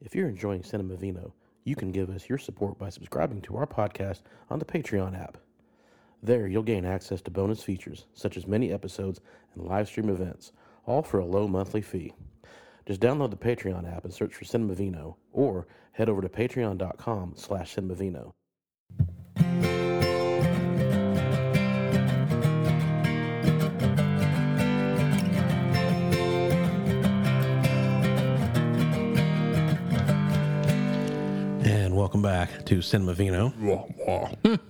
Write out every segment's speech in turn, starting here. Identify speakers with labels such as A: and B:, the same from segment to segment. A: If you're enjoying Cinema Vino, you can give us your support by subscribing to our podcast on the Patreon app. There, you'll gain access to bonus features, such as mini episodes and live stream events, all for a low monthly fee. Just download the Patreon app and search for Cinema Vino, or head over to patreon.com slash cinemavino. And welcome back to Cinema Vino.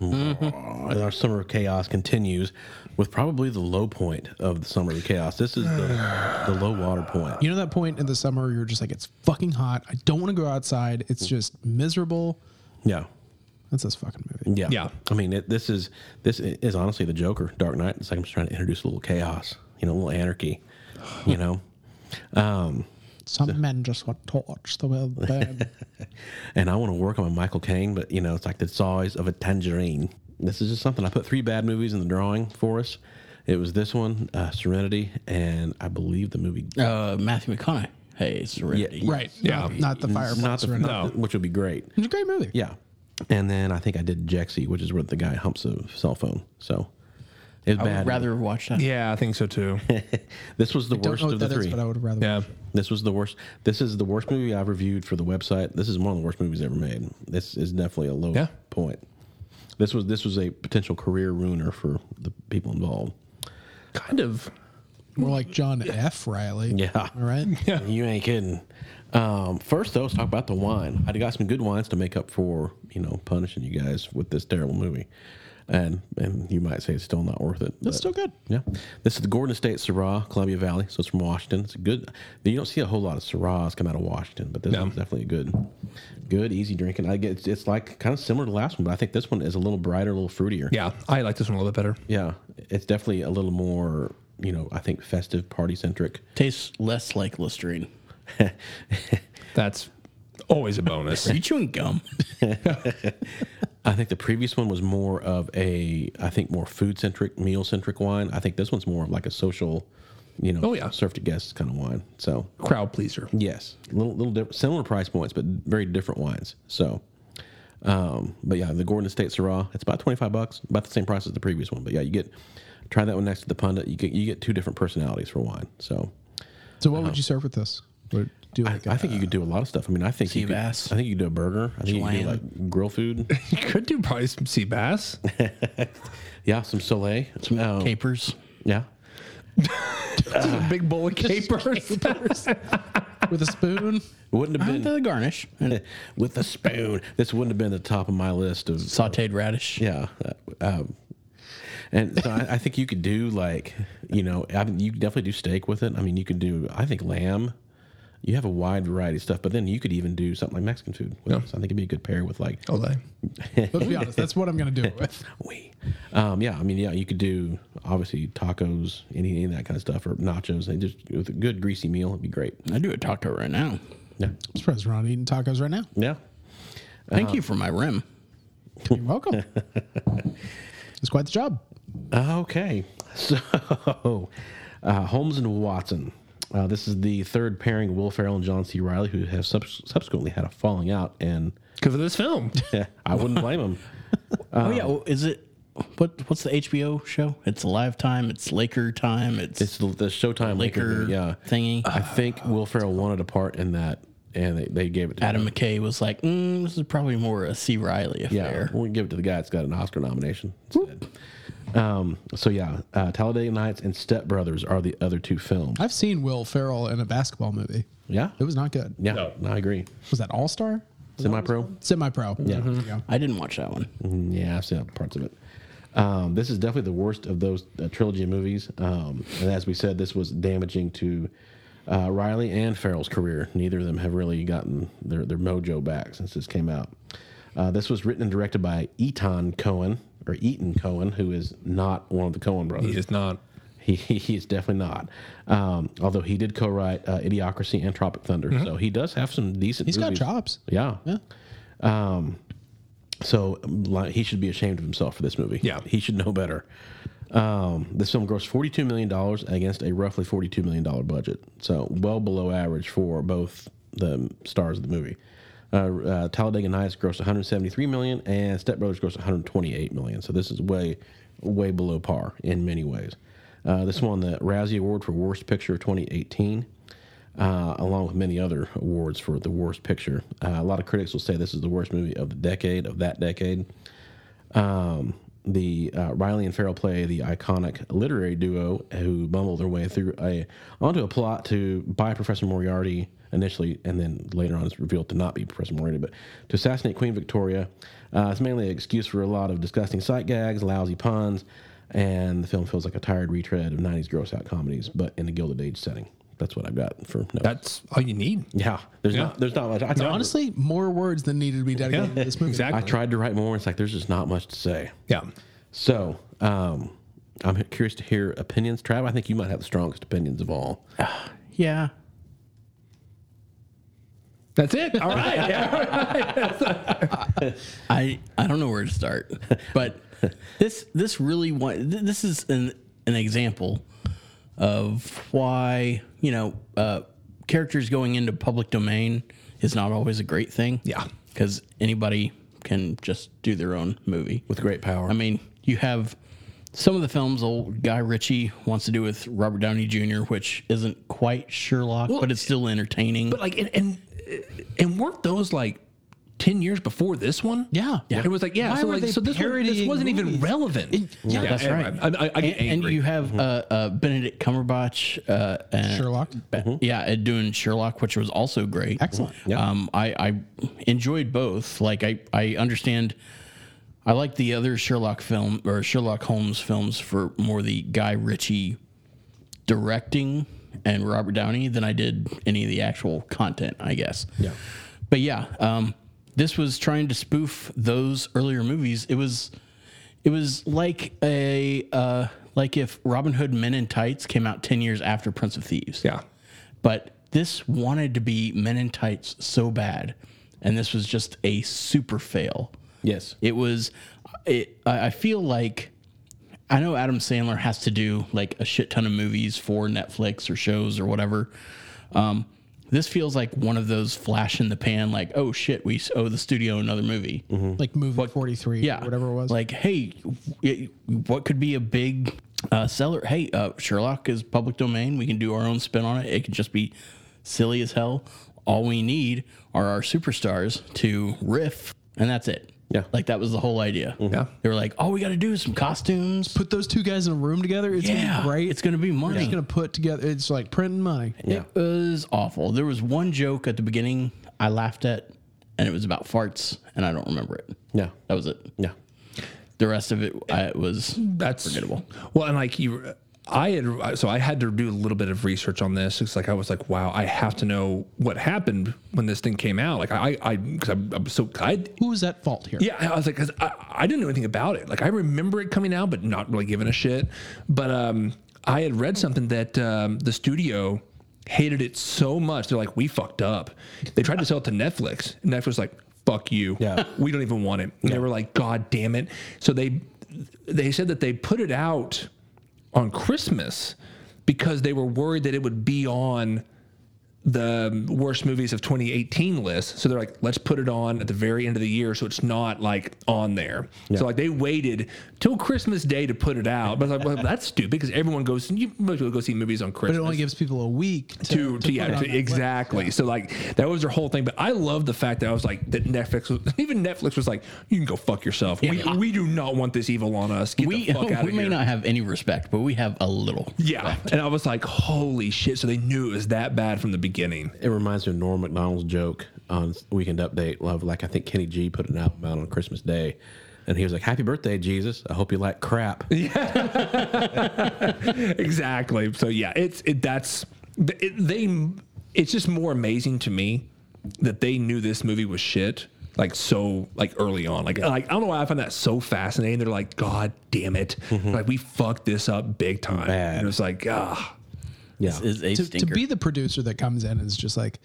A: And Our summer of chaos continues with probably the low point of the summer of chaos. This is the, the low water point.
B: You know that point in the summer where you're just like, it's fucking hot. I don't want to go outside. It's just miserable.
A: Yeah.
B: That's this fucking movie.
A: Yeah.
C: Yeah.
A: I mean, it, this is this is honestly the Joker, Dark Knight. It's like I'm just trying to introduce a little chaos, you know, a little anarchy, you know. Um,
B: Some men just want to watch the world burn.
A: and I want to work on my Michael Caine, but you know, it's like the size of a tangerine. This is just something I put three bad movies in the drawing for us. It was this one, uh, Serenity, and I believe the movie
C: Uh, Matthew McConaughey. Hey, it's Serenity.
B: right. Yeah. Not, not the fireplace.
A: not the,
B: or
A: not
B: not-
A: the- which would be great.
B: It's a great movie.
A: Yeah. And then I think I did Jexy, which is where the guy humps a cell phone. So it's
C: I would
A: bad.
C: rather watch that.
D: Yeah, I think so too.
A: this was the
B: Don't
A: worst
B: know
A: of
B: what
A: the
B: that is,
A: three.
B: but I would rather.
D: Yeah.
A: This was the worst. This is the worst movie I've reviewed for the website. This is one of the worst movies ever made. This is definitely a low
D: Yeah.
A: point. This was this was a potential career ruiner for the people involved.
D: Kind of.
B: More like John F. Riley.
A: Yeah.
B: All right.
D: Yeah.
A: You ain't kidding. Um, first, though, let's talk about the wine. I got some good wines to make up for you know punishing you guys with this terrible movie, and and you might say it's still not worth it. but-
B: It's still good.
A: Yeah, this is the Gordon Estate Syrah, Columbia Valley. So it's from Washington. It's a good. You don't see a whole lot of Syrahs come out of Washington, but this
D: No.
A: one's definitely a good, good, easy drinking. I get it's, it's like kind of similar to the last one, but I think this one is a little brighter, a little fruitier.
D: Yeah. I like this one a little bit better.
A: yeah, it's definitely a little more. You know, I think festive, party centric.
C: Tastes less like Listerine.
D: That's always a bonus.
C: Are you chewing gum?
A: I think the previous one was more of a, I think more food centric, meal centric wine. I think this one's more of like a social, you know,
D: Oh, yeah.
A: serve to guests kind of wine. So
D: Crowd pleaser.
A: yes, little little diff- similar price points, but very different wines. So, um, but yeah, the Gordon Estate Syrah, it's about twenty five bucks, about the same price as the previous one. But yeah, you get try that one next to the pundit. You get you get two different personalities for wine. So
B: So what would you serve with this? Would do
A: I,
B: like a-
A: I think you could do a lot of stuff. I mean, I think
C: sea
A: you could, I
C: bass.
A: think you could do a burger. I think you
C: Chilean.
A: could do like grill food.
D: You could do probably some sea bass.
A: yeah, some Soleil.
C: Some
A: Um,
C: capers.
A: Yeah.
D: Big bowl of capers.
B: with a spoon.
A: Wouldn't have
C: And
A: been
C: the garnish. And
A: with a spoon. This wouldn't have been the top of my list of
C: sauteed radish.
A: yeah. uh, Um, and so I, I think you could do like you know I mean, you could definitely do steak with it. I mean you could do I think lamb. You have a wide variety of stuff, but then you could even do something like Mexican food. With this. I think it'd be a good pair with like
D: Olay.
B: Let's be honest. That's what I'm going to do it with.
A: we. Um, yeah, I mean yeah, you could do obviously tacos, any, any of that kind of stuff, or nachos. And just with a good greasy meal, it'd be great.
C: I do a taco right now.
A: Yeah,
B: I'm surprised we're not eating tacos right now.
A: yeah.
C: Thank you for my rim.
B: You're welcome. it's quite the job.
A: Okay. So, uh, Holmes and Watson. Uh, this is the third pairing, Will Ferrell and John C. Riley, who have sub- subsequently had a falling out, and
D: Because of this film.
A: I wouldn't blame them.
C: oh yeah, well, is it? What what's the HBO show? It's live time. It's Laker time. It's,
A: It's the, the Showtime
C: Laker
A: Laker, yeah. Uh-huh.
C: thingy.
A: I think Will Ferrell wanted a part in that, and they, they gave it to
C: Adam McKay was like, mm, "This is probably more a C. Riley
A: Yeah,
C: affair."
A: we'll give it to the guy that's got an Oscar nomination. instead. Um, so yeah, uh, Talladega Nights and Step Brothers are the other two films.
B: I've seen Will Ferrell in a basketball movie.
A: Yeah,
B: It was not good.
A: yeah, I agree.
B: Was that All Star?
A: Semi-pro.
B: Semi Pro. Yeah.
C: I didn't watch that one.
A: Yeah, I've seen parts of it. Um, this is definitely the worst of those uh, trilogy of movies. Um, and as we said, this was damaging to uh, Riley and Farrell's career. Neither of them have really gotten their, their mojo back since this came out. Uh, this was written and directed by Eton Cohen, or Eaton Cohen, who is not one of the Cohen brothers.
D: He is not.
A: He, he, he is definitely not. Um, although he did co-write uh, Idiocracy and Tropic Thunder, so he does have some decent.
B: Mm-hmm. He's got
A: movies.
B: chops.
A: Yeah. Yeah. Um, so like, he should be ashamed of himself for this movie.
D: Yeah.
A: He should know better. Um, this film grossed forty-two million dollars against a roughly forty-two million dollar budget, so well below average for both the stars of the movie. Uh, uh, Talladega Nights grossed 173 million, and Step Brothers grossed 128 million. So this is way, way below par in many ways. Uh, this won the Razzie Award for Worst Picture of 2018, uh, along with many other awards for the worst picture. Uh, a lot of critics will say this is the worst movie of the decade of that decade. Um, the uh, Riley and Farrell play the iconic literary duo who bumble their way through a onto a plot to buy Professor Moriarty initially, and then later on it's revealed to not be Professor Moriarty, but to assassinate Queen Victoria. Uh, it's mainly an excuse for a lot of disgusting sight gags, lousy puns, and the film feels like a tired retread of '90s gross-out comedies, but in a Gilded Age setting. That's what I've got for no.
D: That's all you need.
A: yeah, there's
D: Yeah.
A: not there's not much. I tried,
B: Honestly, more words than needed to be dedicated to this movie.
A: I
D: Exactly.
A: tried to write more. It's like there's just not much to say.
D: Yeah.
A: So, um, I'm curious to hear opinions. Trav, I think you might have the strongest opinions of all.
C: Yeah.
D: That's it. All right.
C: I I don't know where to start, but this this really one th- this is an an example of why you know uh, characters going into public domain is not always a great thing.
D: Yeah.
C: because anybody can just do their own movie
A: With great power.
C: I mean, you have some of the films old Guy Ritchie wants to do with Robert Downey Jr., which isn't quite Sherlock, but it's still entertaining.
D: But like, and and, and weren't those like ten years before this one?
B: Yeah. Yeah.
D: It was like yeah.
B: Why
D: so
B: were
D: like,
B: they
D: so this, one, this
B: parodying
D: wasn't even
B: movies?
D: relevant.
C: yeah, that's
D: anyway,
C: right.
D: I, I, Mm-hmm. I get
C: and, and
D: angry.
C: you have uh, uh, Benedict Cumberbatch, uh, and
B: Sherlock.
C: Ba- yeah, and doing Sherlock, which was also great.
B: Excellent.
C: Um, I, I enjoyed both. Like I, I understand. I like the other Sherlock film or Sherlock Holmes films for more the Guy Ritchie directing and Robert Downey than I did any of the actual content, I guess. Yeah. But yeah, um, this was trying to spoof those earlier movies. It was, it was like a uh, like if Robin Hood Men in Tights came out ten years after Prince of Thieves.
D: yeah.
C: But this wanted to be Men in Tights so bad, and this was just a super fail.
A: yes.
C: It was. It, I I feel like I know Adam Sandler has to do like a shit ton of movies for Netflix or shows or whatever. Um, this feels like one of those flash in the pan, like oh shit, we owe the studio another movie.
B: Like movie 43
C: Yeah,
B: or whatever it was.
C: Like hey, it, what could be a big uh, seller? Hey, uh, Sherlock is public domain. We can do our own spin on it. It could just be silly as hell. All we need are our superstars to riff, and that's it.
A: Yeah.
C: like that was the whole idea.
D: Yeah.
C: They were like, all we got to do is some costumes.
B: Put those two guys in a room together. It's
C: Yeah,
B: gonna be great.
C: It's gonna be money.
B: It's gonna put together. It's like printing money.
A: Yeah.
C: It was awful. There was one joke at the beginning I laughed at, and it was about farts, and I don't remember it.
A: Yeah.
C: That was it.
A: Yeah.
C: The rest of it, I, was
D: That's
C: forgettable.
D: Well, and like you, I had so I had to do a little bit of research on this. It's like I was like, wow, I have to know what happened when this thing came out. Like I, I, because I'm, I'm so I.
B: Who is at fault here?
D: Yeah, I was like, 'cause I, I didn't know anything about it. Like, I remember it coming out, but not really giving a shit. But um, I had read something that um, the studio hated it so much. They're like, we fucked up. They tried to sell it to Netflix, and Netflix was like, fuck you.
A: Yeah.
D: We don't even want it. And they were like, God damn it. So they they said that they put it out on Christmas because they were worried that it would be on the um, worst movies of 2018 list. So they're like, let's put it on at the very end of the year, so it's not like on there. So like they waited till Christmas Day to put it out. But I was like, well, that's stupid because everyone goes, you most people go see movies on
B: But
D: Christmas.
B: it only gives people a week to,
D: to,
B: to
D: to- yeah,
B: put it on
D: to-
B: that list.
D: exactly. So like that was their whole thing. But I love the fact that I was like that Netflix was even Netflix was like, you can go fuck yourself. We, we do not want this evil on us. Get
C: We,
D: the fuck out
C: we
D: of
C: may
D: here.
C: not have any respect, but we have a little.
D: yeah, and I was like, holy shit! So they knew it was that bad from the beginning.
A: It reminds me of Norm McDonald's joke on Weekend Update. Love, like I think Kenny G put an album out on Christmas Day, and he was like, "Happy birthday, Jesus! I hope you like crap."
D: exactly. So yeah, it's it that's th- it, they. It's just more amazing to me that they knew this movie was shit like so like early on. Like like I don't know why I find that so fascinating. They're like, God damn it! Like we fucked this up big time.
A: Mm-hmm. Bad.
D: And it's like ah.
A: Yeah.
C: Is a
B: To, to
C: stinker.
B: be the producer that comes in and is just like,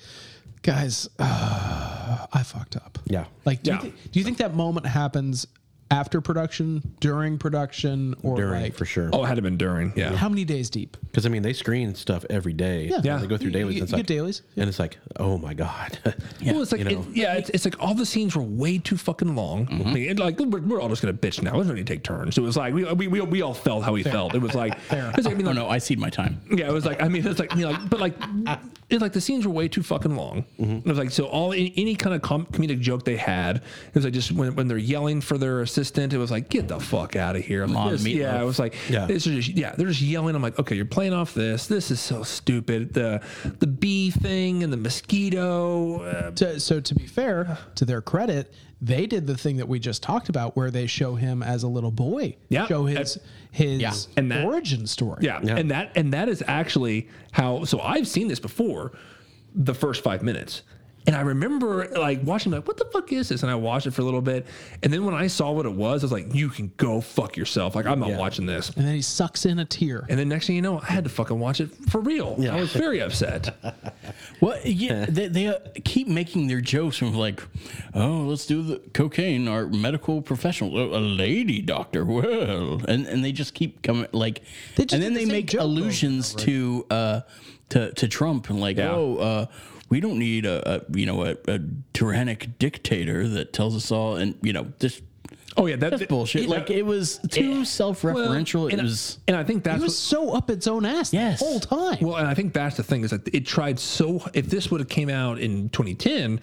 B: guys, uh, I fucked up.
A: Yeah.
B: Like, do,
D: Yeah.
B: you thi- do you think that moment happens after production, during production, or
A: during
B: like
A: for sure.
D: Oh, it had to have been during. Yeah.
B: how many days deep?
A: Because I mean, they screen stuff every day.
B: Yeah.
D: Yeah.
A: they go through
B: You-
A: dailies.
B: you
A: and it's
B: get
A: like,
B: dailies,
A: and it's like, oh my god.
D: well, it's like
A: you
D: it-
A: know. Mm-hmm.
D: yeah, it's, it's like all the scenes were way too fucking long. And like we're, we're all just gonna bitch now. We're gonna take turns. It was like we we, we, we all felt how we felt. It was like, it was like, I mean,
C: Oh
D: like,
C: no, I see my time.
D: yeah, it was like I mean, it's like I mean, like but like it's like the scenes were way too fucking long. It was like so all any, any kind of com- comedic joke they had. It was like just when, when they're yelling for their assistant. It was like get the fuck out of here. I'm
C: Mom,
D: Like, this,
C: meatloaf.
D: yeah, it was like
A: Yeah.
D: this is just, yeah, they're just yelling. I'm like okay, you're playing off this. This is so stupid. The the bee thing and the mosquito. Uh,
B: To, so to be fair, to their credit, they did the thing that we just talked about, where they show him as a little boy,
D: Yeah.
B: show his his
C: Yeah.
D: And that-
B: origin story.
D: Yeah, and that and that is actually how. So I've seen this before, the first five minutes, and I remember like watching like what the fuck is this? And I watched it for a little bit, and then when I saw what it was, I was like, you can go fuck yourself. Like I'm not watching this.
B: and then he sucks in a tear.
D: And then next thing you know, I had to fucking watch it for real. I was very upset.
C: Well, yeah, they, they uh, keep making their jokes from like, oh, let's do the cocaine or medical professional, a a lady doctor. Well, and and they just keep coming like,
B: They just
C: and
B: do
C: then
B: the
C: they
B: same
C: make
B: joke over and
C: allusions to uh to to Trump and like,
D: Yeah.
C: oh, uh, we don't need a, a you know a, a tyrannic dictator that tells us all and you know just
D: Oh yeah, that-
C: that's
D: that-
C: bullshit.
D: yeah.
C: like it was too
D: Well,
C: self-referential.
D: and
C: it
D: I-
C: was.
D: and I think that's
B: He was
D: what-
B: so up its own ass
C: Yes.
B: the whole time.
D: Well, and I think that's the thing is that it tried so. If this would have came out in 2010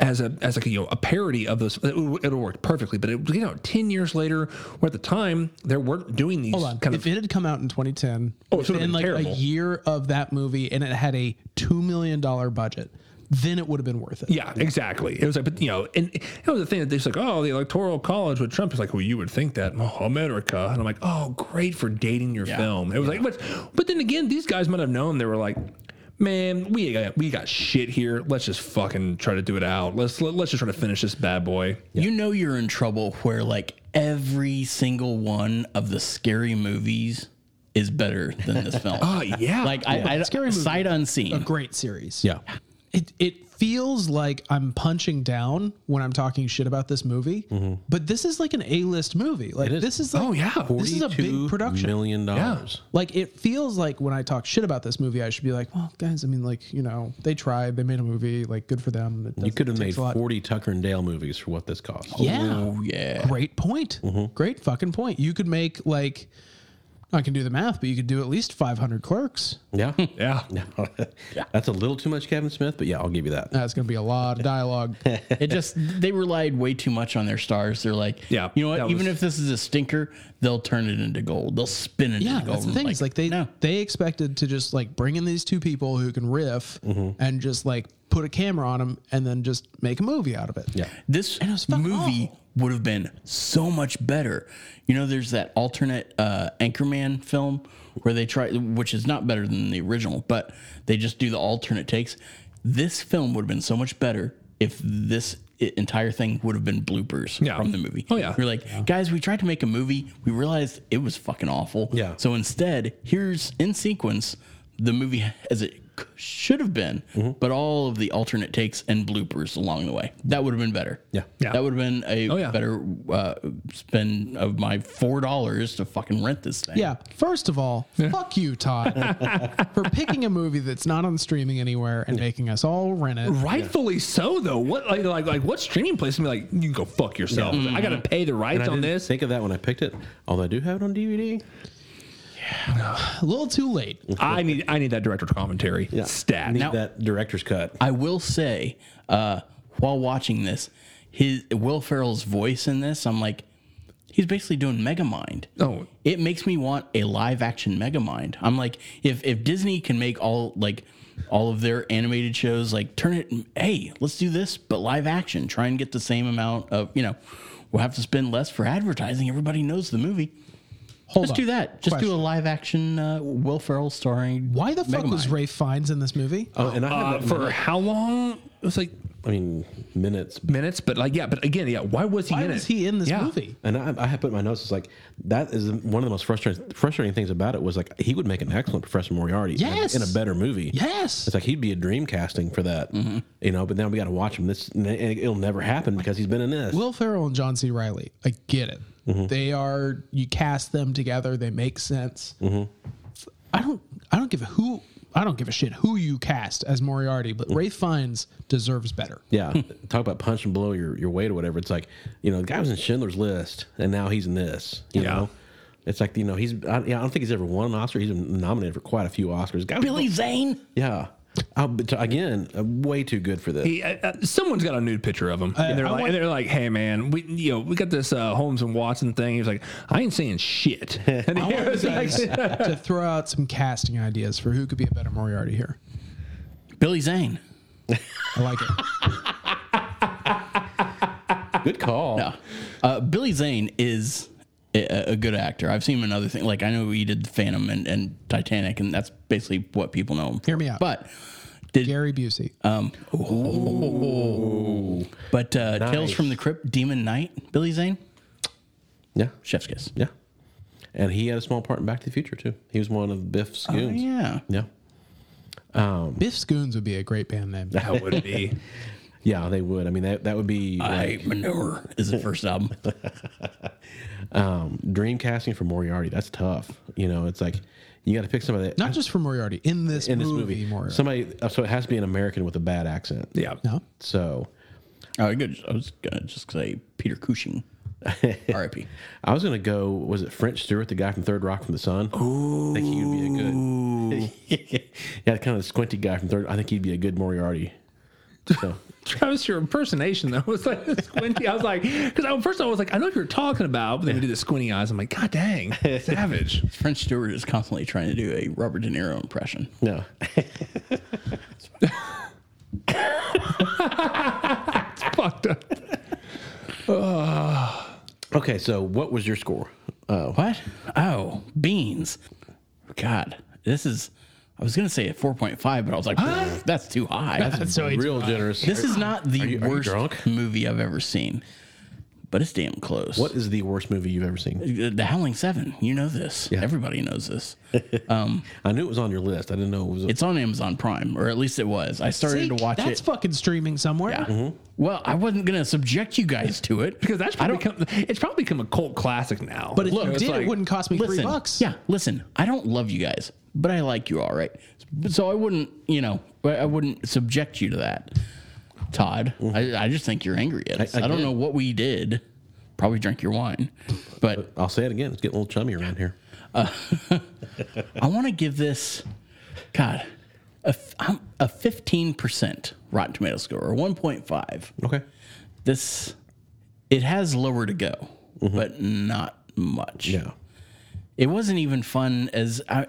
D: as a as like a, you know a parody of this, it would it'll work perfectly. But it you know 10 years later, where at the time they weren't doing these
B: Hold on.
D: kind
B: if
D: of.
B: it had come out in 2010,
D: Oh, it would've
B: within
D: been
B: like
D: terrible.
B: a year of that movie, and it had a two million dollar budget, then it would have been worth it.
D: yeah, exactly. It was like, but you know, and that was the thing that they're just like, oh, the electoral college with Trump is like, well, you would think that oh, America, and I'm like, oh, great for dating your film. It was like, but but then again, these guys might have known they were like, man, we got, we got shit here. Let's just fucking try to do it out. Let's let, let's just try to finish this bad boy.
C: You know you're in trouble where like every single one of the scary movies is better than this film.
D: Oh yeah,
C: like I, I
B: Scary movie.
C: sight
B: a
C: unseen.
B: great series.
A: yeah.
B: It it feels like I'm punching down when I'm talking shit about this movie, but this is like an A list movie. Like this is like
D: Oh, yeah.
B: this is a big
A: $42
B: production.
A: Million dollars.
B: Like it feels like when I talk shit about this movie, I should be like, well, guys, I mean, like you know, they tried, they made a movie, like good for them. It
A: You
B: doesn't-
A: could have made
B: takes a lot.
A: forty Tucker and Dale movies for what this cost.
B: Yeah.
C: Oh yeah.
B: Great point. Great fucking point. You could make like I can do the math, but you could do at least 500 clerks.
A: Yeah,
D: yeah,
A: that's a little too much Kevin Smith, but yeah, I'll give you that.
B: That's going to be a lot of dialogue.
C: It just they relied way too much on their stars. They're like,
D: Yeah,
C: you know what?
D: that
C: Even
D: was-
C: if this is a stinker, they'll turn it into gold. They'll spin it
B: yeah,
C: into gold.
B: that's the thing. is like they
C: no.
B: they expected to just like bring in these two people who can riff and just like put a camera on them and then just make a movie out of it.
A: Yeah.
C: this
B: it was fucking
C: movie
B: awful.
C: would have been so much better. You know, there's that alternate uh, Anchorman film where they try, which is not better than the original, but they just do the alternate takes. This film would have been so much better if this i- entire thing would have been bloopers
D: Yeah.
C: from the movie.
D: Oh, yeah.
C: we're like, guys, we tried to make a movie. We realized it was fucking awful.
A: Yeah.
C: So instead, here's in sequence the movie as it c- should have been, but all of the alternate takes and bloopers along the way. That would have been better.
A: Yeah.
D: Yeah.
C: That would have been a
D: Oh, yeah.
C: better uh, spend of my four dollars to fucking rent this thing.
B: Yeah. First of all, fuck you, Todd, for picking a movie that's not on streaming anywhere and making us all rent it.
D: rightfully so though. What like like like what streaming place would be like? You can go fuck yourself. I gotta pay the
A: And I
D: rights
A: didn't
D: on this.
A: think of that when I picked it, although I do have it on DVD.
B: A little too late.
D: I need I need that director commentary
A: I
D: stat.
A: need
D: Now,
A: that director's cut.
C: I will say, uh, while watching this, his Will Ferrell's voice in this, I'm like, he's basically doing Megamind.
D: Oh.
C: it makes me want a live action Megamind. I'm like, if if Disney can make all like all of their animated shows, like turn it, hey, let's do this, but live action. Try and get the same amount of you know, we'll have to spend less for advertising. Everybody knows the movie.
B: Hold
C: Let's
B: on.
C: do that. Just do
B: Question.
C: a live action uh, Will Ferrell starring.
B: Why the fuck was
C: Megamind.
B: Rafe Fiennes in this movie?
A: Oh, and I have
D: uh,
A: that
D: for how long? It was like
A: I mean, minutes.
D: minutes, but like, yeah, but again, yeah, why was he
B: Why
D: in
B: was
D: it?
B: he in this
D: Yeah.
B: movie?
A: And I, I had put in my notes. It's like that is one of the most frustrating frustrating things about it was like he would make an excellent Professor Moriarty. in a-
B: Yes.
A: in a better movie.
B: Yes.
A: It's like he'd be a dream casting for that, you know. But now we got to watch him. This and it- it'll never happen because he's been in this.
B: Will Ferrell and John C. Riley. I get it. They are you cast them together, they make sense. I don't I don't give a who I don't give a shit who you cast as Moriarty, but Ray Fiennes deserves better.
A: yeah, talk about punching below your, your weight or whatever. It's like you know the guy was in Schindler's List and now he's in this. You
D: Yeah.
A: know, it's like you know he's I, yeah, I don't think he's ever won an Oscar. He's been nominated for quite a few Oscars. Guy was-
C: Billy Zane.
A: yeah. I'll, but again, uh, way too good for this.
D: He, uh, uh, someone's got a nude picture of him, and they're
B: I
D: like,
B: want-
D: and they're like, "Hey, man, we you know we got this uh, Holmes and Watson thing." He was like, "I ain't saying shit." And he was like,
B: to throw out some casting ideas for who could be a better Moriarty here.
C: Billy Zane.
B: I like it.
A: Good call.
C: No. Uh, Billy Zane is a, a good actor. I've seen him in other things. Like I know he did Phantom and, and Titanic, and that's basically what people know him.
B: Hear me out.
C: But did
B: Gary Busey.
C: um, but uh, Tales
A: Nice.
C: from the Crypt, Demon Knight, Billy Zane,
A: Yeah,
C: Chef's Kiss.
A: yeah. And he had a small part in Back to the Future too. He was one of Biff's
C: Oh,
A: goons.
C: yeah.
A: yeah.
B: Biff Scoons would be a great band name.
D: "That would be."
A: Yeah, they would. I mean, that, that would be
C: I manure is the first album.
A: um, dream casting for Moriarty. That's tough. You know, it's like you got to pick somebody that
B: Not just for Moriarty, in this
A: in this
B: movie,
A: movie.
B: Moriarty.
A: Somebody. uh, So it has to be an American with a bad accent.
D: Yeah,
B: no?
A: So
C: Oh, good. I was gonna just say Peter Cushing, R.I.P.
A: I was gonna go. Was it French Stewart, the guy from Third Rock from the Sun? I think he would be a good. yeah, kind of the squinty guy from Third. I think he'd be a good Moriarty. So
D: Travis, your impersonation though was like squinty. I was like, because first I was like, I know what you're talking about, but then we did the squinty eyes. I'm like, God dang, savage.
C: French Stewart is constantly trying to do a Robert De Niro impression.
A: no,
D: Fucked up.
A: okay. So what was your score? Uh,
C: What? Oh, beans. God, this is. I was gonna say a four point five, but I was like, that's too high.
B: So it's-
A: real generous.
C: this is not the
A: Are you- are you
C: worst
A: drunk?
C: movie I've ever seen, but it's damn close. Uh,
A: what is the worst movie you've ever seen?
C: The Howling Seven. You know this. Everybody knows this.
A: I knew it was on your list. I didn't know it was.
C: It's on Amazon Prime, or at least it was. I started
B: See,
C: to watch
B: that's
C: it.
B: fucking streaming somewhere.
C: yeah.
A: Mm-hmm.
C: Well, I wasn't gonna subject you guys to it
D: Because that's
C: I
D: probably
C: don't.
D: become, it's probably become a cult classic now.
B: But if
D: Look,
B: you
D: it's
B: did,
D: like-
B: it wouldn't cost me
C: listen,
B: three bucks.
C: Yeah, listen. I don't love you guys, but I like you all right. So I wouldn't, you know, I I wouldn't subject you to that, Todd. I, I just think you're angry at us. I,
A: I
C: don't
A: did.
C: know what we did. Probably drank your wine, but
A: I'll say it again. It's getting a little chummy around here.
C: I want to give this, God, a f- I'm a 15% Rotten Tomato score or 1.5.
A: Okay.
C: This, it has lower to go, but not much.
A: Yeah.
C: it wasn't even fun as I,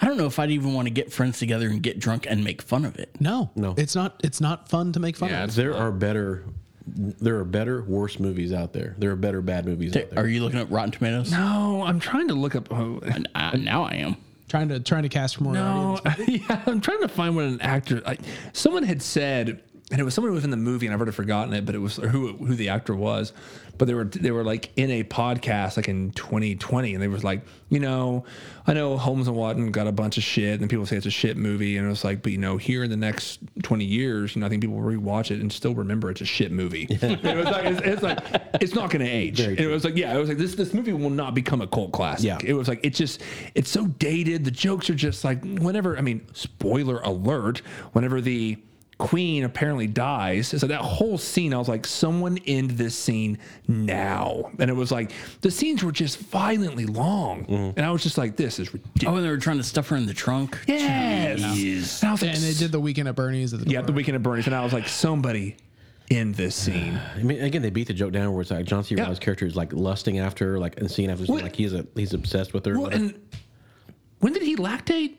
C: I don't know if I'd even want to get friends together and get drunk and make fun of it.
B: No,
A: No.
B: it's not. It's not fun to make fun
D: Yeah,
B: of.
A: There are better. There are better worse movies out there. There are better bad movies out there.
C: Are you looking up Rotten Tomatoes?
D: no, I'm trying to look up. oh,
C: And I- now I am.
B: Trying to trying to cast for Moriarty.
D: No, yeah, I'm trying to find what an actor. I, someone had said, and it was someone who was in the movie, and I've already forgotten it, but it was who who the actor was. But they were they were like in a podcast, like in 2020, and they was like, you know, I know Holmes and Watson got a bunch of shit, and people say it's a shit movie, and it was like, but you know, here in the next 20 years, you know, I think people will rewatch it and still remember it's a shit movie. it was like it's, it's like it's not going to age. And it was like yeah, it was like this this movie will not become a cult classic.
A: Yeah.
D: It was like it's just it's so dated. The jokes are just like whenever I mean, spoiler alert, whenever the queen apparently dies. So that whole scene, I was like, someone end this scene now. And it was like the scenes were just violently long. And I was just like, this is ridiculous.
C: Oh, and they were trying to stuff her in the trunk.
D: yes. And I was like,
B: and they did the weekend at Bernie's. At the
D: yeah, the weekend of Bernie's. And I was like, somebody end this scene.
A: I mean, again, they beat the joke down where it's like John C. Riley's character is like lusting after, her, like and seeing after,
D: What?
A: like he's a he's obsessed with her.
D: Well, and when did he lactate?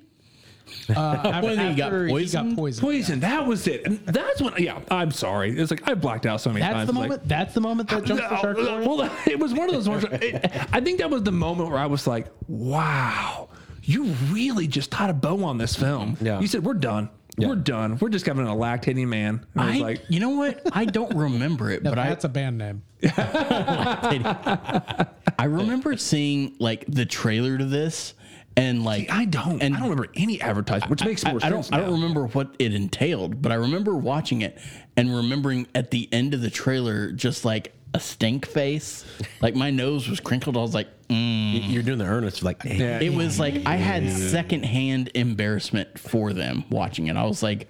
B: uh, after,
C: When he got
B: after he got
C: poisoned?
B: poisoned.
D: Poison. That was it. And that's when. Yeah, I'm sorry. It's like I blacked out so many
B: That's
D: times.
B: the
D: Like,
B: moment. that's the moment that jumps the shark.
D: uh, well, it was one of those ones. it- I think that was the moment where I was like, "Wow, you really just tied a bow on this film."
A: Yeah.
D: You said we're done. We're done. We're just having a lactating man. And I was
C: I,
D: like,
C: you know what? I don't remember it, but I,
B: that's a band name.
C: I remember seeing like the trailer to this and like
D: I don't.
C: and
D: I don't remember any advertisement, which makes
C: I,
D: more
C: I
D: sense.
C: don't I don't remember what it entailed, but I remember watching it and remembering at the end of the trailer just like a stink face. Like my nose was crinkled. I was like, mm.
A: You're doing the earnest, like
D: Yeah.
C: it was like I had secondhand embarrassment for them watching it. I was like,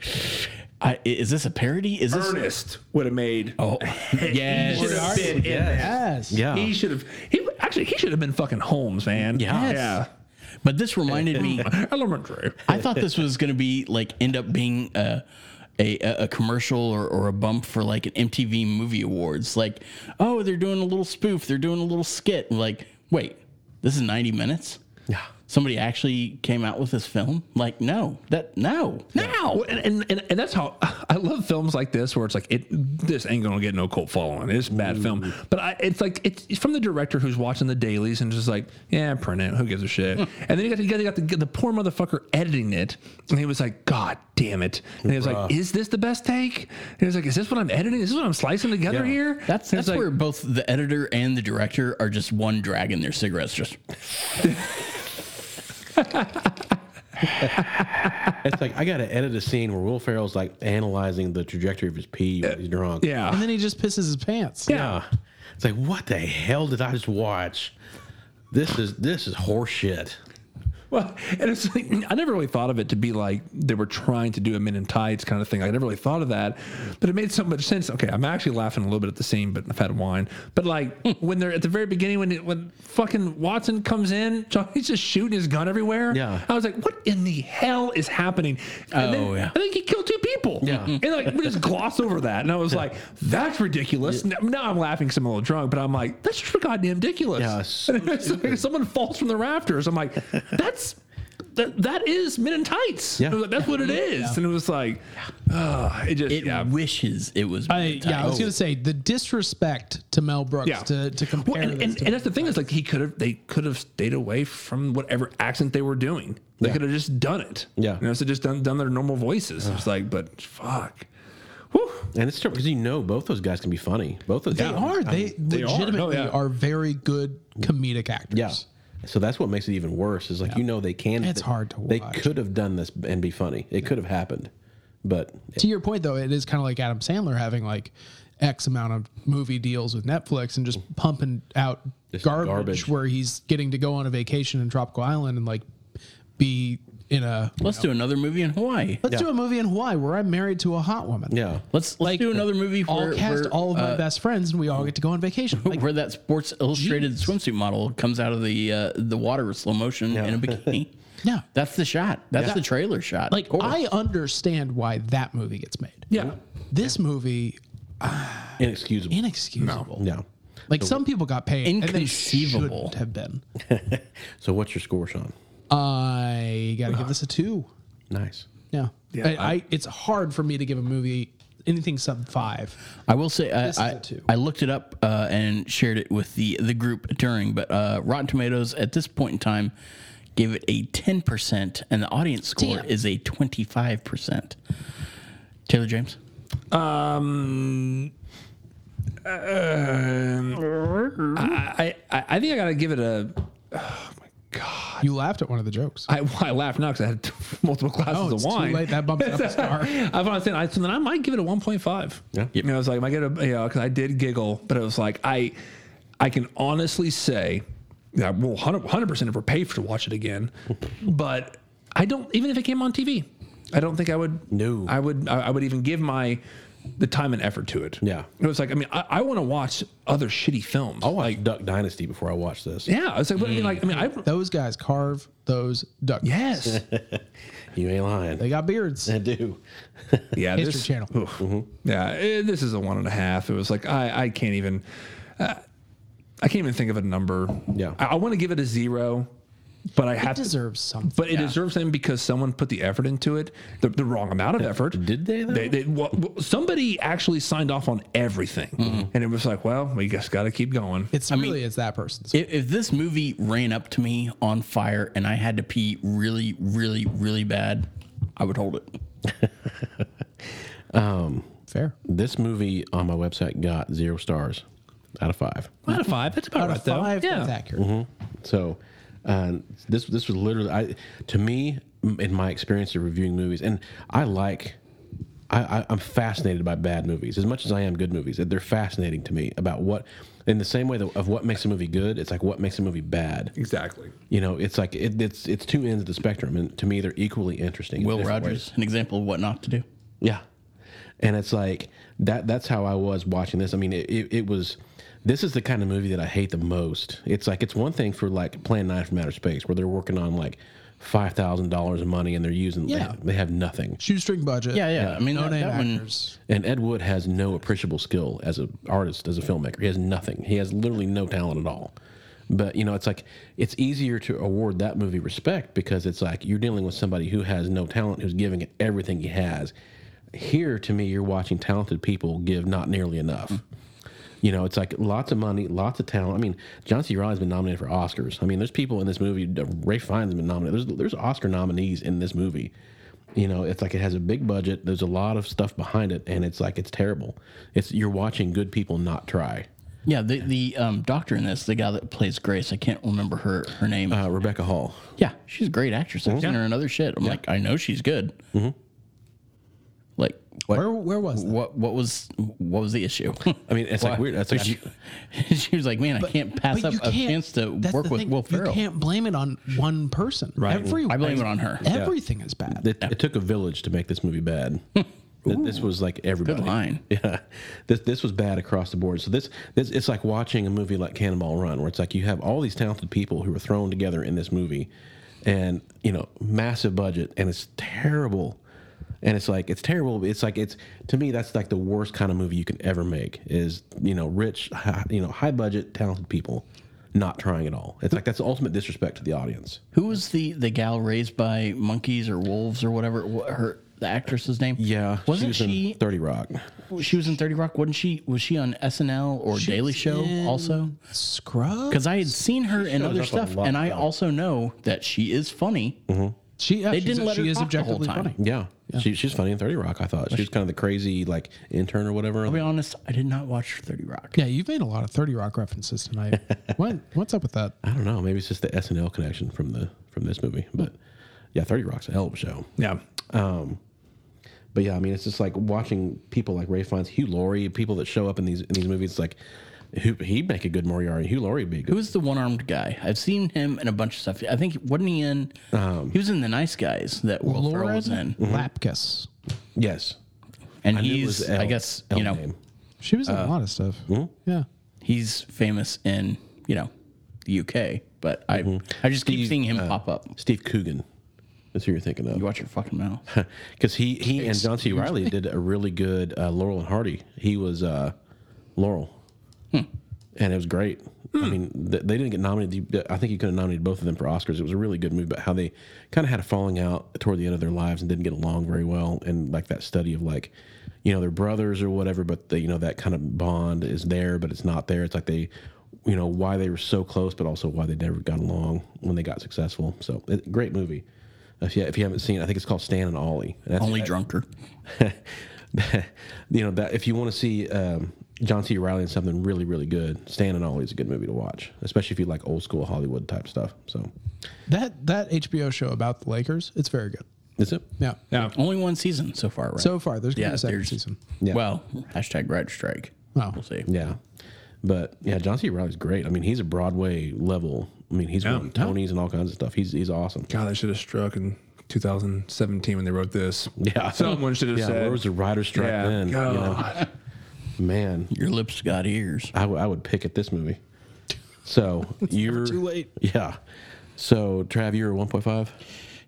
C: I, is this a parody? Is this
D: Ernest would have made.
C: Oh,
D: He should have
C: yes.
D: been in that.
B: Yes.
A: yeah.
D: He should have. He actually he should have been fucking Holmes, man.
C: Yes. But this reminded me.
D: Yeah. Elementary.
C: I thought this was going to be like end up being a a, a a commercial or, or a bump for like an MTV Movie Awards. Like, oh, they're doing a little spoof. They're doing a little skit. And like, wait, this is ninety minutes. Yeah. Somebody actually came out with this film. Like, no, that no, no.
D: Well, and, and, and, and that's how I love films like this where it's like it this ain't gonna get no cult following. It's a bad film,
C: Mm-hmm.
D: but I, it's like it's, it's from the director who's watching the dailies and just like yeah, print it. Who gives a shit? and then you got you got, you got the, the poor motherfucker editing it, and he was like, God damn it! And he was like, Is this the best take? And he was like, Is this what I'm editing? Is this what I'm slicing together here?
C: That's
D: And it's
C: that's
D: like,
C: where both the editor and the director are just one dragging their cigarettes. Just
A: It's like I got to edit a scene where Will Ferrell's like analyzing the trajectory of his pee when he's drunk.
D: yeah.
B: And then he just pisses his pants.
A: yeah. It's like what the hell did I just watch? This is this is horseshit.
D: Well, and it's like, I never really thought of it to be like they were trying to do a men in tights kind of thing. I never really thought of that, but it made so much sense. Okay, I'm actually laughing a little bit at the scene, but I've had wine. But like when they're at the very beginning, when it, when fucking Watson comes in, he's just shooting his gun everywhere.
A: Yeah.
D: I was like, what in the hell is happening? And
C: Oh,
D: then,
C: yeah.
D: I think he killed two people.
A: Yeah.
D: and like we just gloss over that, and I was like, that's ridiculous. Now- Now I'm laughing because I'm a little drunk, but I'm like, that's just goddamn ridiculous.
A: Yeah, so
D: And it's like someone falls from the rafters. I'm like, that's that, that is men in tights.
A: Yeah.
D: I was like, that's what it is. And it was like, ah, it just
C: it
D: yeah.
C: wishes it was.
B: I, yeah, I was gonna say the disrespect to Mel Brooks
D: Yeah.
B: to, to compare
D: Well, and,
B: this
D: and,
B: to
D: and that's the thing is like he could have they could have stayed away from whatever accent they were doing. They could have just done it.
A: Yeah.
D: you know, so just done done their normal voices. It's like, but fuck, Whew.
A: And it's because you know both those guys can be funny. Both of
B: They
A: them
B: are. They,
D: are.
B: legitimately
D: Oh, yeah.
B: are very good comedic actors.
A: Yeah. So that's what makes it even worse. Is like you know they can.
B: It's hard to
A: They
B: watch.
A: could have done this and be funny. It could have happened, but
B: To your point, though, it is kind of like Adam Sandler having like X amount of movie deals with Netflix and just pumping out
A: Just
B: garbage,
A: garbage.
B: where he's getting to go on a vacation in tropical island and like be in a.
C: Let's do another movie in Hawaii.
B: Let's
A: Yeah.
B: do a movie in Hawaii where I'm married to a hot woman.
A: yeah.
C: Let's let's
B: Like,
C: do another movie.
B: I'll
C: Where,
B: cast
C: where,
B: all of my
C: uh,
B: best friends and we all get to go on vacation. Like,
C: where that Sports Illustrated swimsuit model comes out of the uh, the water with slow motion in a bikini.
B: yeah.
C: That's the shot. That's the trailer shot.
B: Like, I understand why that movie gets made.
D: yeah.
B: This movie,
A: Inexcusable.
B: inexcusable.
A: yeah.
B: Like some people got paid. And they
C: Inconceivable.
B: shouldn't have been.
A: So what's your score, Sean?
B: I gotta give this a two.
A: Nice.
B: Yeah, I, I it's hard for me to give a movie anything sub five.
C: I will say,
B: This is
C: I,
B: a
C: I,
B: two.
C: I looked it up uh, and shared it with the the group during. But uh, Rotten Tomatoes at this point in time gave it a ten percent, and the audience score
B: Damn.
C: is a twenty five percent. Taylor James.
D: Um, uh, um, I, I I think I gotta give it a.
B: You laughed at one of the jokes.
D: I, I laughed now because I had multiple glasses
B: oh, it's
D: of wine.
B: too late. That bumped it up a star.
D: I was saying, I, so then I might give it a 1.5.
A: Yeah.
D: You know, I was like, I might get a, you know, cause I did giggle, but it was like, I, I can honestly say that we'll 100 percent ever pay for to watch it again, but I don't, even if it came on TV, I don't think I would,
A: No.
D: I would, I, I would even give my, the time and effort to it.
A: Yeah. Oh.
D: It was like, I mean, I, I want to watch other shitty films.
A: I watched Duck Dynasty before I watched this.
D: yeah. I was like, but I mean, like, I mean, I,
B: Those guys carve those ducks.
D: yes.
A: You ain't lying.
B: they got beards.
A: I do.
D: Yeah,
B: History
D: this,
B: Channel.
D: oof.
A: Mm-hmm.
D: Yeah, eh, this is a one and a half. It was like I, I can't even, uh, I can't even think of a number.
A: Yeah.
D: I, I want to give it a zero, but I have to.
B: Deserves something.
D: but it deserves something because someone put the effort into it, the, the wrong amount of effort.
A: Did they, though?
D: They, well, well, somebody actually signed off on everything,
A: Mm-hmm.
D: and it was like, well, we just got to keep going.
B: it's really it's that person's.
C: If, if this movie ran up to me on fire and I had to pee really, really, really bad, I would hold it.
B: Fair.
A: This movie on my website got zero stars out of five.
E: Out of five. That's about
B: Out
E: right,
B: of
E: though.
B: five,
E: yeah.
B: that's accurate.
A: Mm-hmm. Hmm. So uh, this this was literally I to me m- in my experience of reviewing movies, and I like. I, I, I'm fascinated by bad movies as much as I am good movies. They're fascinating to me about what, in the same way that, of what makes a movie good, it's like what makes a movie bad.
D: Exactly.
A: You know, it's like it, it's it's two ends of the spectrum, and to me, they're equally interesting. in
C: Will
A: different ways.
C: Rogers, an example of what not to do.
A: Yeah. And it's like that that's how I was watching this. I mean, it, it, it was this is the kind of movie that I hate the most. It's like it's one thing for like Plan 9 from Outer Space where they're working on like $5,000 of money and they're using
B: Yeah.
A: they, they have nothing.
B: Shoestring budget.
C: Yeah, yeah. I mean,
B: No
C: that,
B: name
C: that one,
B: actors.
A: And Ed Wood has no appreciable skill as an artist, as a filmmaker. He has nothing. He has literally no talent at all. But you know, it's like it's easier to award that movie respect because it's like you're dealing with somebody who has no talent, who's giving it everything he has. Here, to me, you're watching talented people give not nearly enough. You know, it's like lots of money, lots of talent. I mean, John C. Riley's been nominated for Oscars. I mean, there's people in this movie. Ray Fine's been nominated. There's there's Oscar nominees in this movie. You know, it's like it has a big budget. There's a lot of stuff behind it, and it's like it's terrible. It's you're watching good people not try.
C: yeah, the the um, doctor in this, the guy that plays Grace, I can't remember her her name.
A: Uh, Rebecca Hall.
C: yeah, she's a great actress. I've
A: Mm-hmm.
C: seen her in other shit. I'm like, I know she's good. Like,
B: Where, where was that?
C: what what was what was the issue?
A: I mean, it's like weird. That's like
C: she, she was like, man, I can't pass
B: But
C: up
B: you
C: a
B: can't-
C: chance to
B: that's
C: work
B: the
C: with
B: thing,
C: Will
B: You
C: Ferrell.
B: can't blame it on one person. Right. Everyone,
C: I blame it on her.
B: Everything is bad.
A: it, it took a village to make this movie bad. Th- this was like everybody.
C: line.
A: Yeah, this this was bad across the board. So this this it's like watching a movie like Cannonball Run, where it's like you have all these talented people who are thrown together in this movie, and you know massive budget, and it's terrible. And it's like it's terrible. It's like it's to me that's like the worst kind of movie you can ever make is you know rich, high, you know high budget, talented people not trying at all. It's like that's the ultimate disrespect to the audience.
C: Who was the the gal raised by monkeys or wolves or whatever? Wh- Her the actress's name? wasn't
A: she? Was
C: she?
A: in Thirty Rock.
C: she was in Thirty Rock. Wasn't she? Was she on SNL or Daily Show also?
B: Scrub.
C: Because I had seen her in other
A: up on
C: stuff,
A: a lot
C: and I
A: of-
C: also know that she is funny.
B: she, yeah,
C: They
B: she's-
C: didn't let her
B: she is
C: talk the whole
B: objectively funny.
C: time.
A: Yeah. She, she's funny in 30 Rock, I thought. She was kind of the crazy, like, intern or whatever.
C: I'll be honest, I did not watch Thirty Rock.
B: Yeah, you've made a lot of 30 Rock references tonight. what, what's up with that?
A: I don't know. Maybe it's just the SNL connection from the from this movie. But yeah, 30 Rock's a hell of a show.
D: Yeah.
A: But yeah, I mean, it's just like watching people like Ray Fiennes, Hugh Laurie, people that show up in these in these movies. It's like, who, he'd make a good Moriarty. Hugh Laurie would be a good.
C: Who is the one armed guy? I've seen him in a bunch of stuff. I think wasn't he in?
A: Um,
C: he was in the Nice Guys that Will Ferrell
B: Lauren
C: was in,
A: Mm-hmm.
B: Lapkus.
A: yes.
C: and
A: I knew it was
C: he's
A: L-
C: I guess
A: L
C: you know
A: name.
B: She was in
A: Uh,
B: a lot of stuff.
A: hmm?
B: Yeah.
C: he's famous in you know the UK, but I
A: Mm-hmm.
C: I just keep seeing
A: uh,
C: him pop up.
A: Steve Coogan is who you're thinking of.
C: You watch your fucking mouth.
A: because he he and John C. Riley did a really good uh, Laurel and Hardy. He was uh, Laurel, and it was great. I mean, th- they didn't get nominated. You- I think you could have nominated both of them for Oscars. It was a really good movie, but how they kind of had a falling out toward the end of their lives and didn't get along very well, and like that study of like, you know, they're brothers or whatever, but they, you know that kind of bond is there, but it's not there. It's like they. You know why they were so close, but also why they never got along when they got successful. So, it, great movie. If you, if you haven't seen, it, I think it's called Stan and Ollie. And that's,
C: Only drunker.
A: you know that if you want to see um, John C. Riley in something really really good, Stan and Ollie is a good movie to watch, especially if you like old school Hollywood type stuff. So,
B: That that HBO show about the Lakers, it's very good.
A: is it?
B: Yeah.
D: Yeah.
C: Only one season so far, right?
B: So far, there's going to be
C: yeah,
B: a second
C: there's
B: season.
A: Yeah.
C: Well, hashtag Red Strike.
B: Oh.
C: We'll see.
A: Yeah, but yeah, John C. Riley's great. I mean, he's a Broadway level. I mean, he's won Tonys and all kinds of stuff. He's he's awesome.
D: God, they should have struck in 2017 when they wrote this.
A: Yeah,
D: Someone should have
A: yeah,
D: said.
A: Where was the writer's strike
D: Yeah.
A: then? you know?
D: God.
A: man,
C: Your lips got ears.
A: I would- I would pick at this movie. So you're
B: too late.
A: Yeah. So Trav, you're a 1.5.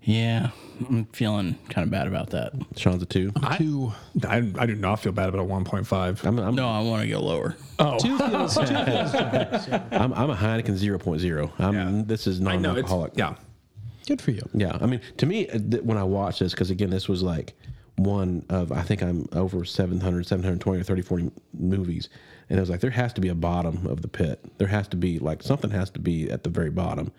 C: Yeah, I'm feeling kind of bad about that.
A: Sean's a two.
B: Two,
D: I, I do not feel bad about a 1.5.
A: I'm, I'm
C: No, I want to go lower.
B: two feels, two feels bad, so.
A: I'm, I'm a Heineken 0.0. I'm,
D: Yeah.
A: This is
D: I know. It's,
A: non-alcoholic.
D: yeah.
B: Good for you.
A: Yeah. I mean, to me, uh, th- when I watched this, because again, this was like one of, I think I'm over 700, 720 or 30, 40 movies. And I was like, there has to be a bottom of the pit. There has to be like, something has to be at the very bottom.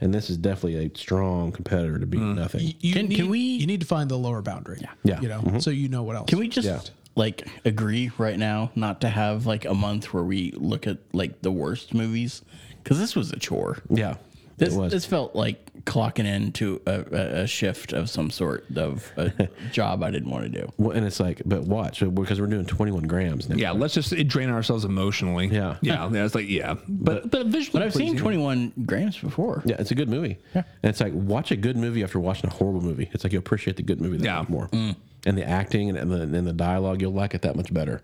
A: and this is definitely a strong competitor to beat
D: Mm.
A: nothing.
B: You
C: Can-
B: need,
C: can we-
B: You need to find the lower boundary. Yeah.
A: Yeah. Mm-hmm.
B: You know, so you know what else.
C: Can we just
A: Yeah.
C: like agree right now not to have like a month where we look at like the worst movies? Because this was a chore.
A: Yeah,
C: This,
A: it was.
C: this felt like clocking into a, a, a shift of some sort of a job I didn't want to do.
A: Well, and it's like, but watch uh, because we're doing 21 grams now.
D: Yeah, let's just drain ourselves emotionally.
A: Yeah.
D: yeah, yeah. It's like yeah, but but visually.
C: But I've seen
D: pleasing.
C: 21 grams before.
A: Yeah, it's a good movie. And it's like watch a good movie after watching a horrible movie. It's like you appreciate the good movie that
D: Yeah.
A: much more, and the acting and, and the and the dialogue you'll like it that much better.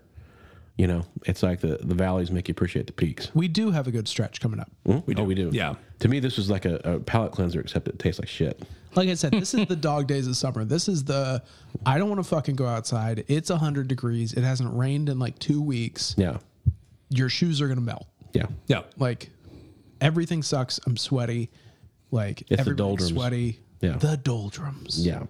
A: You know, it's like the the valleys make you appreciate the peaks.
B: We do have a good stretch coming up.
A: We do. Oh, we do.
D: Yeah.
A: To me, this was like a, a palate cleanser, except it tastes like shit.
B: Like I said, this is the dog days of summer. This is the I don't want to fucking go outside. It's 100 degrees. It hasn't rained in like 2 weeks.
A: Yeah.
B: Your shoes are going to melt.
A: Yeah.
D: Yeah,
B: Like everything sucks. I'm sweaty. Like
A: the
B: everybody's
A: doldrums.
B: sweaty.
A: Yeah.
B: The doldrums.
A: Yeah.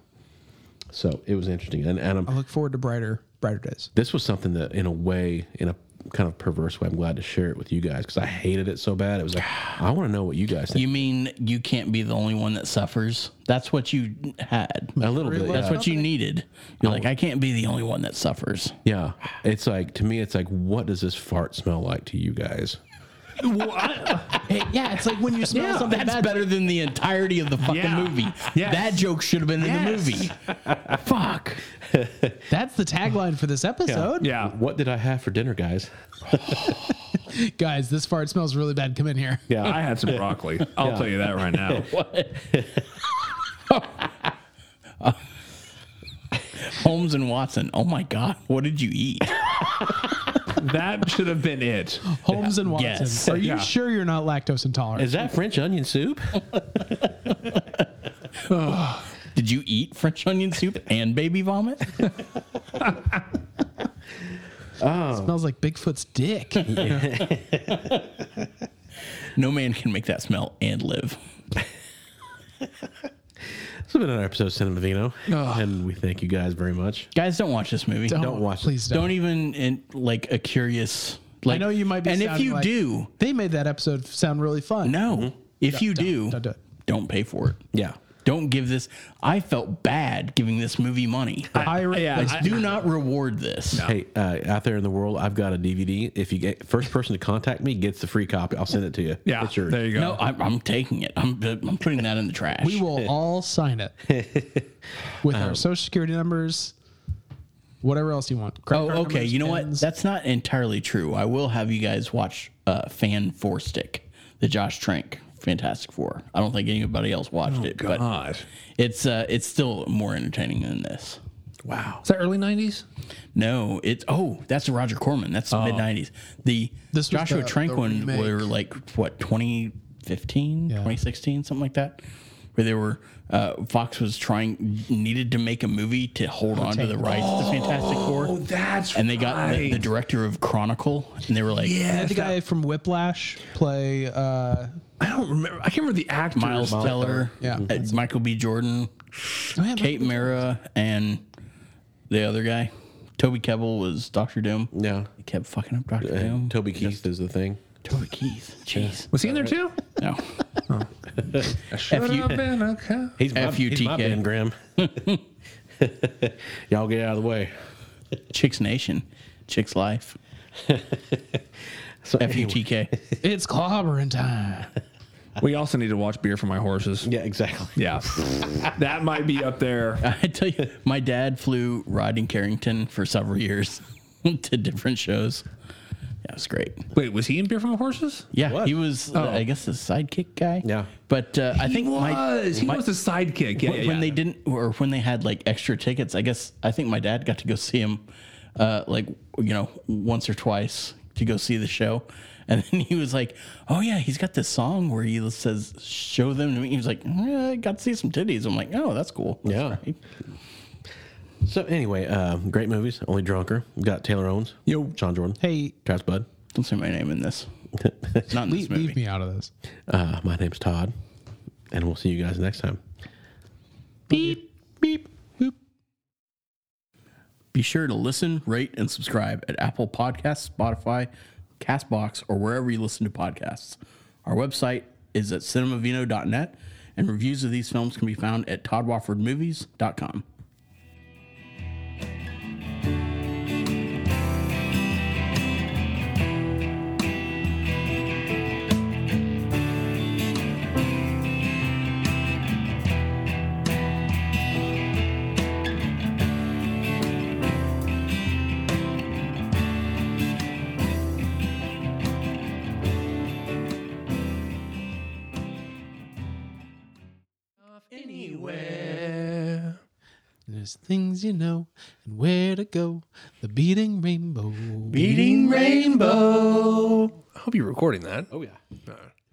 A: So it was interesting, and and I'm,
B: I look forward to brighter brighter days.
A: this was something that, in a way, in a kind of perverse way, I'm glad to share it with you guys because I hated it so bad. It was like I want to know what you guys think.
C: You mean you can't be the only one that suffers? That's what you had.
A: a little bit.
C: That's
A: yeah.
C: what you needed. You're like, I can't be the only one that suffers.
A: Yeah. It's like, to me, it's like, what does this fart smell like to you guys?
B: yeah, it's like when you smell something
C: That's better than the entirety of the fucking
D: Yeah.
C: movie.
D: Yes.
C: That joke should have been in the
D: Yes.
C: movie. Fuck.
B: That's the tagline for this episode.
D: yeah.
A: What did I have for dinner, guys?
B: Guys, this fart smells really bad. Come in here.
D: I had some broccoli. I'll tell you that right now.
C: Holmes and Watson. Oh my God. What did you eat?
D: that should have been it.
B: Holmes and Watson.
C: Yes.
B: Are you
D: Yeah.
B: sure you're not lactose intolerant?
A: Is that French onion soup?
C: Did you eat French onion soup and baby vomit?
B: It smells like Bigfoot's dick.
C: No man can make that smell and live.
A: this has been another episode of Cinema Vino. And we thank you guys very much.
C: Guys, don't watch this movie.
A: Don't watch it.
B: Please
C: Don't,
B: don't.
C: even in, like a curious. Like,
B: I know you might be.
C: And if
B: sounding
C: you
B: like-
C: do,
B: they made that episode sound really fun.
C: no. If you do,
B: don't do it.
C: don't pay for it.
A: Yeah.
C: Don't give this. I felt bad giving this movie money.
B: I,
D: yeah,
C: Like, do not reward this.
A: Hey, uh, out there in the world, I've got a DVD. If you get first person to contact me gets the free copy, I'll send it to you.
D: Yeah,
A: It's yours.
D: there you go.
C: No, I, I'm taking it. I'm, I'm putting that in the trash.
B: we will all sign it with
C: Um,
B: our social security numbers, whatever else you want. Credit
C: Oh,
B: card
C: okay.
B: numbers,
C: You know what?
B: pins.
C: That's not entirely true. I will have you guys watch uh, Fan Four Stick, the Josh Trank Fantastic Four. I don't think anybody else watched it, but
D: Oh, God.
C: it's uh, it's still more entertaining than this.
A: Wow.
D: Is that early 90s?
C: No, it's oh, that's Roger Corman. That's the mid '90s. The
B: Oh. This was
C: Joshua
B: the- the
C: Trank one
B: remake.
C: were like what 2015, 2016, something like that, where they were uh, Fox was trying needed to make a movie to hold on to the rights to Fantastic Four.
D: Oh, that's
C: and they got the, the director of Chronicle, and they were like,
B: They had
D: yes,
B: the guy from Whiplash play. Uh,
D: I don't remember. I can't remember the actors.
C: Miles Teller,
B: Yeah.
C: uh, Michael B. Jordan, Kate Mara, and the other guy, Toby Kebbell was Doctor Doom.
A: Yeah.
C: He kept fucking up Doctor Doom.
A: And Toby Keith is the thing.
C: Toby Keith, jeez,
D: Was he in there too?
C: no.
D: I should
C: F you-
D: have been a cop.
A: He's my, he's my
C: FUTK.
A: Ben Graham. Y'all get out of the way.
C: Chicks Nation, Chicks Life,
A: So
C: FUTK.
B: it's clobbering time.
D: We also need to watch Beer for My Horses.
A: Yeah, exactly.
D: Yeah. that might be up there.
C: I tell you, my dad flew riding Carrington for several years to different shows. Yeah, it was great.
D: Wait, was he in Beer for My Horses?
C: Yeah,
A: What? Oh.
C: he was, uh, I guess, the sidekick guy.
A: Yeah.
C: but uh, I
D: He
C: think my-
D: was. he
C: my-
D: was the sidekick. Yeah,
C: when,
D: yeah,
C: when they
D: yeah.
C: didn't or when they had like extra tickets i guess i think my dad got to go see him uh, like you know once or twice to go see the show and then he was like oh yeah he's got this song where he says show them to me he was like "Yeah, i got to see some titties i'm like oh that's cool That's
A: Yeah.
C: right.
A: So anyway, uh, great movies. Only drunker. We got Taylor Owens.
D: Yo.
A: John Jordan.
B: Hey,
A: Travis Bud.
C: don't say my name in this not in this
B: leave,
C: movie
B: leave me out of this.
A: Uh, my name's Todd, and we'll see you guys next time.
C: beep beep boop. Be sure to listen, rate, and subscribe at Apple Podcasts, Spotify, Castbox, or wherever you listen to podcasts. Our website, is at cinemavino.net, and reviews of these films can be found at toddwoffordmovies.com.
B: There's things you know and where to go. The beating rainbow.
C: Eating rainbow.
D: I hope you're recording that.
A: Oh yeah.
D: All right.